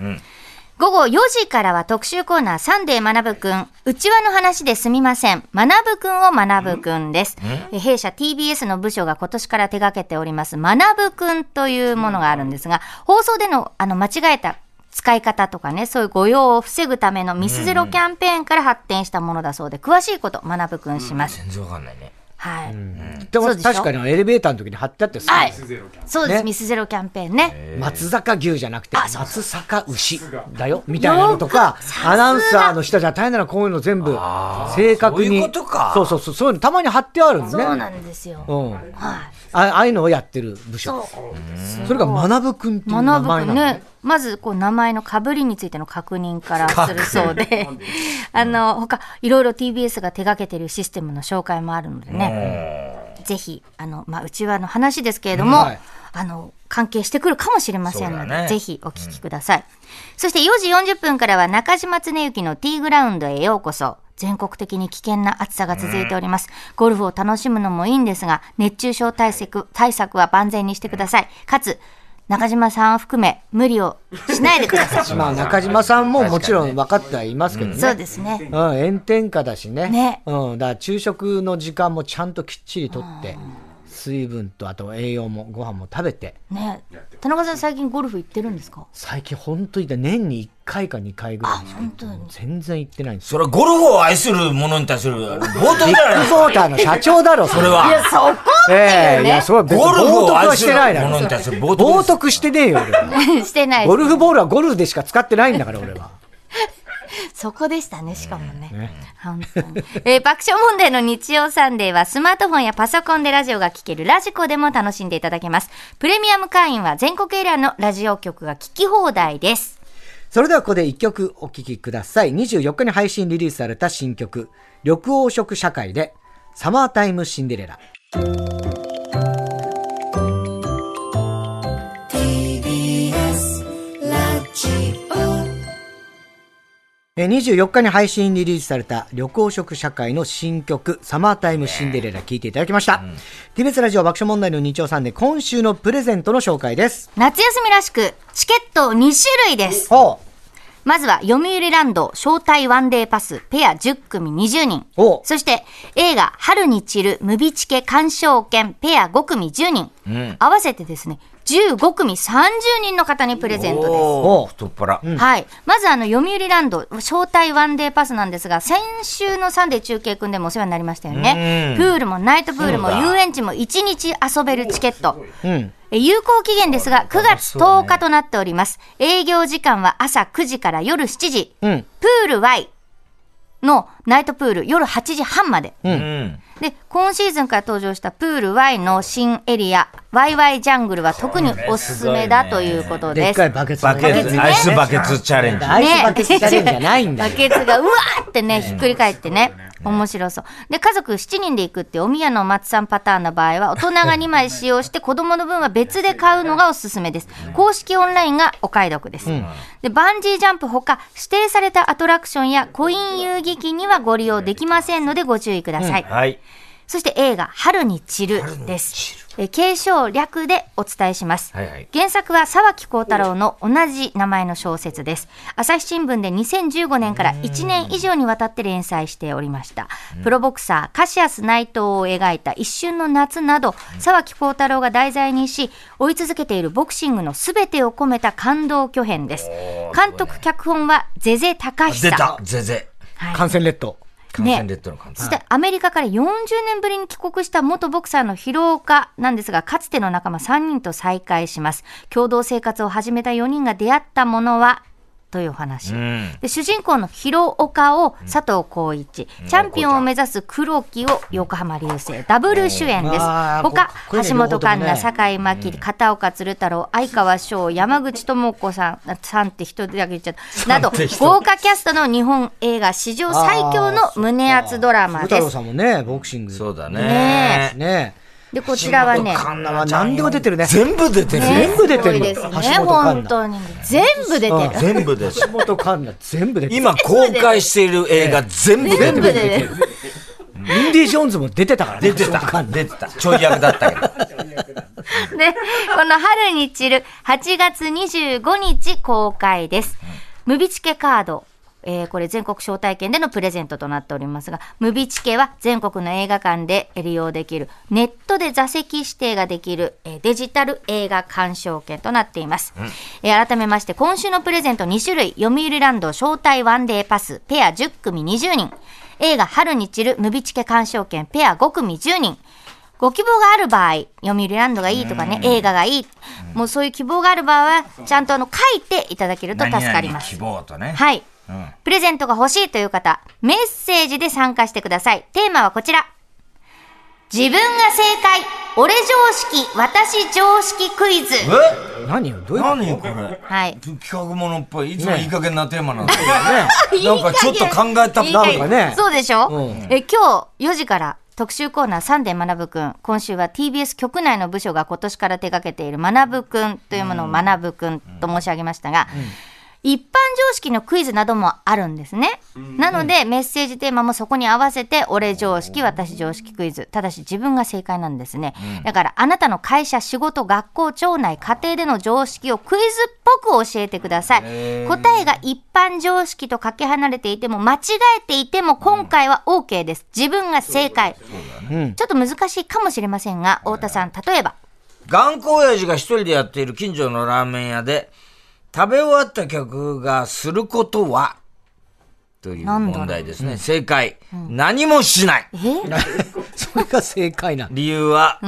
[SPEAKER 3] 午後4時からは特集コーナーサンデー学ぶくん。うちわの話ですみません。学ぶくんを学ぶくんです。え弊社 TBS の部署が今年から手掛けております学ぶくんというものがあるんですが、放送でのあの間違えた使い方とかね、そういう誤用を防ぐためのミスゼロキャンペーンから発展したものだそうで、詳しいこと学ぶくんしま
[SPEAKER 2] ー
[SPEAKER 3] す。
[SPEAKER 2] 全然わかんないね。
[SPEAKER 3] はい。
[SPEAKER 1] で
[SPEAKER 3] そう
[SPEAKER 1] も
[SPEAKER 3] でしょ
[SPEAKER 1] 確かにエレベーターの時に貼ってあってさ、
[SPEAKER 3] はい。そうです、
[SPEAKER 1] ね
[SPEAKER 3] ミスゼロキャンペーンね。
[SPEAKER 1] 松坂牛じゃなくて、松坂牛だよ、みたいなのとか、アナウンサーの人じゃ大変ならこういうの全部、正確に。
[SPEAKER 2] そういうことか
[SPEAKER 1] そうそうそう、そういうのたまに貼ってあるんですね。
[SPEAKER 3] そうなんですよ。
[SPEAKER 1] うん。あ
[SPEAKER 3] はい。
[SPEAKER 1] ああいうのをやってる部署。
[SPEAKER 3] そう。
[SPEAKER 1] それが学ぶくんっていう名
[SPEAKER 3] 学ぶ
[SPEAKER 1] 前な
[SPEAKER 3] くん
[SPEAKER 1] の
[SPEAKER 3] ね、まずこう名前のかぶりについての確認からするそうで、あの、他、いろいろ TBS が手掛けているシステムの紹介もあるのでね、ぜひ、あの、まあ、うちわの話ですけれども、
[SPEAKER 1] はい
[SPEAKER 3] あの、関係してくるかもしれませんの
[SPEAKER 2] そう
[SPEAKER 3] で、
[SPEAKER 2] だね
[SPEAKER 3] ぜひお聞きください。そして4時40分からは中島恒之のティーグラウンドへようこそ。全国的に危険な暑さが続いております。ゴルフを楽しむのもいいんですが、熱中症対策対策は万全にしてください。かつ、中島さんを含め無理をしないでください。
[SPEAKER 1] まあ中島さんももちろん分かってはいますけどね。
[SPEAKER 3] (laughs) そうですね。
[SPEAKER 1] うん、炎天下だしね。
[SPEAKER 3] ね
[SPEAKER 1] うん、だから昼食の時間もちゃんときっちりとって、水分とあと栄養もご飯も食べて、
[SPEAKER 3] ね田中さん最近ゴルフ行ってるんですか
[SPEAKER 1] 最近本当に年に1回か2回ぐらいしか
[SPEAKER 3] 本当に。
[SPEAKER 1] 全然行ってないんですよ。
[SPEAKER 2] それはゴルフを愛する者に対する冒頭じゃないです
[SPEAKER 1] ソーターの社長だろ、それ
[SPEAKER 2] か。。
[SPEAKER 3] いや、そこって
[SPEAKER 1] え
[SPEAKER 3] い
[SPEAKER 1] え
[SPEAKER 3] う (laughs)
[SPEAKER 1] いや、
[SPEAKER 3] ね。
[SPEAKER 1] それは別に
[SPEAKER 2] ゴルフ
[SPEAKER 1] 冒涜
[SPEAKER 2] を
[SPEAKER 1] は
[SPEAKER 2] 愛
[SPEAKER 1] し
[SPEAKER 2] す
[SPEAKER 1] て
[SPEAKER 2] る
[SPEAKER 1] ないな
[SPEAKER 2] 者。に対する冒
[SPEAKER 1] 冒
[SPEAKER 2] 頭です。
[SPEAKER 1] 涜してねえよ、俺は
[SPEAKER 3] してないです
[SPEAKER 1] ゴルフボールはゴルフでしか使ってないんだから、俺は。
[SPEAKER 3] そこでしたね、しかもね。本当にえー爆笑問題の日曜サンデーはスマートフォンやパソコンでラジオが聴けるラジコでも楽しんでいただけます。プレミアム会員は全国エリアのラジオ局が聴き放題です。
[SPEAKER 1] (laughs) それではここで一曲お聴きください。24日に配信リリースされた新曲、緑黄色社会で、サマータイムシンデレラ。えー24日に配信リリースされた緑黄色社会の新曲「サマータイムシンデレラ」聴いていただきました、TBS ラジオ爆笑問題の日曜さんで今週のプレゼントの紹介です
[SPEAKER 3] 夏休みらしく、チケット2種類です。
[SPEAKER 1] ほ
[SPEAKER 3] まずは、読売ランド招待ワンデーパス、ペア10組20人。
[SPEAKER 1] うおう
[SPEAKER 3] そして、映画、春に散る、ムビチケ鑑賞券、ペア5組10人。合わせてですね、15組30人の方にプレゼントです。
[SPEAKER 2] おー太っ腹。
[SPEAKER 3] はい。まずあの、読売ランド、招待ワンデーパスなんですが、先週のサンデー中継くんでもお世話になりましたよね。プールもナイトプールも遊園地も1日遊べるチケット。
[SPEAKER 1] うん
[SPEAKER 3] え有効期限ですが、9月10日となっております。営業時間は朝9時から夜7時。
[SPEAKER 1] うん
[SPEAKER 3] プール Y のナイトプール夜8時半まで。
[SPEAKER 2] うん。
[SPEAKER 3] で、今シーズンから登場したプール Y の新エリア、YY ジャングルは特におすすめだということ
[SPEAKER 1] で
[SPEAKER 3] で
[SPEAKER 1] っ
[SPEAKER 3] す。
[SPEAKER 1] かいバケツ
[SPEAKER 2] バケツ、
[SPEAKER 1] ね
[SPEAKER 2] アイスバケツチャレンジ。
[SPEAKER 1] アイスバケツチャレンジじゃないんだ
[SPEAKER 3] バ
[SPEAKER 1] よ
[SPEAKER 3] ケツがうわーってね、ひっくり返ってね、面白そう。で、家族7人で行くって、お宮の松さんパターンの場合は、大人が2枚使用して、子供の分は別で買うのがおすすめです。公式オンラインがお買い得です。で、バンジージャンプほか、指定されたアトラクションやコイン遊戯機にはご利用できませんので、ご注意ください。
[SPEAKER 2] はい。
[SPEAKER 3] そして映画「春に散る」です。えー継承略でお伝えします、
[SPEAKER 2] はいはい
[SPEAKER 3] 原作は沢木耕太郎の同じ名前の小説です朝日新聞で2015年から1年以上にわたって連載しておりましたプロボクサーカシアス内藤を描いた「一瞬の夏」など沢木耕太郎が題材にし追い続けているボクシングの全てを込めた感動巨編です監督脚本はゼゼ高
[SPEAKER 2] 出
[SPEAKER 3] 久
[SPEAKER 2] た、ぜぜ。
[SPEAKER 1] 感染列島
[SPEAKER 2] 感染レッドの感
[SPEAKER 3] そ
[SPEAKER 2] じ。
[SPEAKER 3] してアメリカから40年ぶりに帰国した元ボクサーの広岡なんですが、かつての仲間3人と再会します。共同生活を始めた4人が出会ったものは、というお話。
[SPEAKER 2] うん。
[SPEAKER 3] で主人公の広岡を佐藤浩一、チャンピオンを目指す黒木を横浜流星ダブル主演です
[SPEAKER 1] あー
[SPEAKER 3] 他
[SPEAKER 1] ここいいね
[SPEAKER 3] 橋本環
[SPEAKER 1] 両方ともね
[SPEAKER 3] 奈酒井真紀片岡鶴太郎相
[SPEAKER 1] (laughs)
[SPEAKER 3] 川翔山口智子さんあさんって人だけ言っちゃったなど
[SPEAKER 2] て人
[SPEAKER 3] 豪華キャストの日本映画史上最強の胸熱ドラマ
[SPEAKER 1] 古太
[SPEAKER 3] で
[SPEAKER 1] 郎
[SPEAKER 3] す
[SPEAKER 1] さんもねボクシング
[SPEAKER 2] そうだ
[SPEAKER 3] ね
[SPEAKER 2] ね。
[SPEAKER 1] ね
[SPEAKER 3] でこちらはね
[SPEAKER 1] あんなは何でも出てるね
[SPEAKER 2] 全部出てる。
[SPEAKER 1] 全部出てる
[SPEAKER 3] ねすごいですね
[SPEAKER 1] 橋本環奈
[SPEAKER 3] 本当に全部出てる
[SPEAKER 2] 全部です。
[SPEAKER 1] 橋本環奈全部出てる
[SPEAKER 2] 今公開している映画全部出
[SPEAKER 3] 全部
[SPEAKER 2] て
[SPEAKER 3] 出
[SPEAKER 2] る。
[SPEAKER 3] てる
[SPEAKER 1] インディ・ジョーンズも出てたからね
[SPEAKER 2] 出て
[SPEAKER 1] 橋本環
[SPEAKER 2] た。
[SPEAKER 1] 奈
[SPEAKER 2] 出てた。ちょい役だったけど。
[SPEAKER 3] で、この春に散る8月25日公開です。ムビチケカード。えーこれ全国招待券でのプレゼントとなっておりますが、ムビチケは全国の映画館で利用できる、ネットで座席指定ができる、えーデジタル映画鑑賞券となっています、えー改めまして、今週のプレゼント2種類、読売ランド招待ワンデーパス、ペア10組20人、映画春に散るムビチケ鑑賞券、ペア5組10人、ご希望がある場合、読売ランドがいいとかね、映画がいい、もうそういう希望がある場合は、ちゃんとあの書いていただけると (laughs) 助かります。
[SPEAKER 2] 何々希望とね。
[SPEAKER 3] はい。
[SPEAKER 2] うん。
[SPEAKER 3] プレゼントが欲しいという方、メッセージで参加してください。テーマはこちら。自分が正解、俺常識、私常識クイズ。
[SPEAKER 2] え
[SPEAKER 1] 何よどういうこ
[SPEAKER 2] 何これ
[SPEAKER 3] はい。
[SPEAKER 2] 企画ものっぽい。いつもいい加減なテーマなんだけど (laughs)
[SPEAKER 1] とね
[SPEAKER 3] (laughs)
[SPEAKER 2] なんかちょっと考えたっぽい
[SPEAKER 3] いい加減
[SPEAKER 1] なんかね
[SPEAKER 3] そうでしょ、
[SPEAKER 1] うん
[SPEAKER 3] え今日4時から特集コーナーサンデー学ぶくん。今週は TBS 局内の部署が今年から手掛けている学ぶくんというものを学ぶくんと申し上げましたが、一般常識のクイズなどもあるんですね。なので、メッセージテーマもそこに合わせて、俺常識、私常識クイズ。ただし自分が正解なんですね。だから、あなたの会社、仕事、学校、町内、家庭での常識をクイズっぽく教えてください。答えが一般常識とかけ離れていても、間違えていても、今回は OK です。自分が正解。ちょっと難しいかもしれませんが、太田さん、例えば、
[SPEAKER 2] 頑固親父が一人でやっている近所のラーメン屋で、食べ終わった客がすることはという
[SPEAKER 3] なんだろう
[SPEAKER 2] 問題ですね。正解、何もしない。
[SPEAKER 1] それが正解なんだ
[SPEAKER 2] 理由は、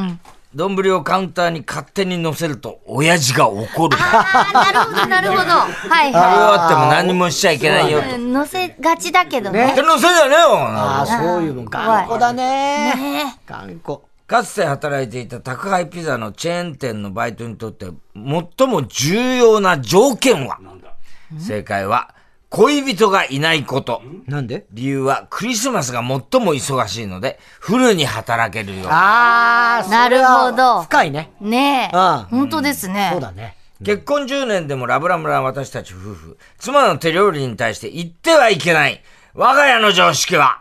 [SPEAKER 2] 丼、をカウンターに勝手に乗せると、親父が怒るから。
[SPEAKER 3] ああ、なるほど、なるほど。 (laughs) はい
[SPEAKER 2] 食べ
[SPEAKER 3] は
[SPEAKER 2] 終わっても何もしちゃいけないよ。
[SPEAKER 3] い。うん乗せがちだけどね。
[SPEAKER 2] 手のせいだねよな
[SPEAKER 1] ああ、そういうの。頑固だね。頑固。
[SPEAKER 2] かつて働いていた宅配ピザのチェーン店のバイトにとって最も重要な条件は正解は恋人がいないこと。
[SPEAKER 1] なんで
[SPEAKER 2] 理由はクリスマスが最も忙しいのでフルに働けるよう。
[SPEAKER 1] ああ、
[SPEAKER 3] なるほど。
[SPEAKER 1] 深いね。
[SPEAKER 3] ねえ。
[SPEAKER 1] うん
[SPEAKER 3] 本当ですね。
[SPEAKER 1] そうだね。
[SPEAKER 2] 結婚10年でもラブラブな私たち夫婦。妻の手料理に対して言ってはいけない。我が家の常識は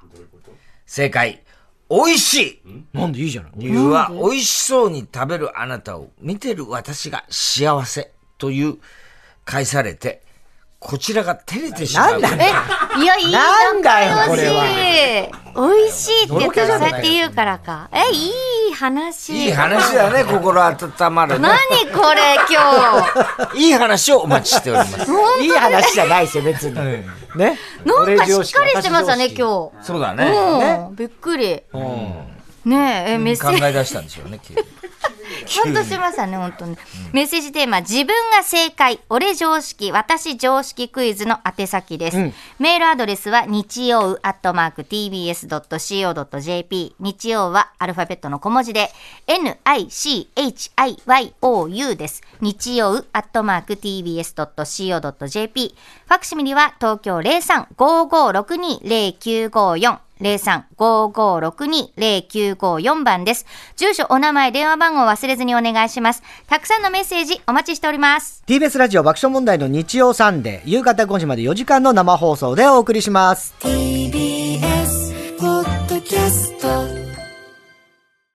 [SPEAKER 2] 正解。美味しい
[SPEAKER 1] なんでいいじゃない。
[SPEAKER 2] 理由は美味しそうに食べるあなたを見てる私が幸せという返されてこちらが照れてしまう
[SPEAKER 1] なんだ
[SPEAKER 3] え、いや、いい
[SPEAKER 1] なんだよ
[SPEAKER 3] 仲良
[SPEAKER 1] の
[SPEAKER 3] しい。美味しいって言った
[SPEAKER 1] ろけじゃ
[SPEAKER 3] ら
[SPEAKER 1] な
[SPEAKER 3] そ
[SPEAKER 1] い
[SPEAKER 3] うやって言うからか。え、いい話。
[SPEAKER 2] いい話だね心温まるね
[SPEAKER 3] 何これ
[SPEAKER 1] (laughs)
[SPEAKER 3] 今
[SPEAKER 2] いい話をお待ちしております
[SPEAKER 1] いい話じゃないですよ、別に。ね。
[SPEAKER 3] 日。なんかしっかりしてますよね、
[SPEAKER 1] 日。
[SPEAKER 3] 今
[SPEAKER 2] そうだ
[SPEAKER 3] 日。うん、びっくり。ねえ、え、メッセ
[SPEAKER 2] 考
[SPEAKER 3] ージ。
[SPEAKER 2] え出したんでしょうね急に
[SPEAKER 3] ほんとしましたね、本当に。メッセージテーマ、自分が正解、俺常識、私常識クイズの宛先です。メールアドレスは、日曜アットマーク tbs.co.jp。日曜はアルファベットの小文字で、nichiyou です。日曜アットマーク tbs.co.jp。ファクシミリは、東京03-5562-0954。03-5562-0954番です。住所、お名前、電話番号を忘れずにお願いします。たくさんのメッセージお待ちしております。
[SPEAKER 1] TBS ラジオ爆笑問題の日曜サンデー、夕方5時まで4時間の生放送でお送りします。
[SPEAKER 6] TBS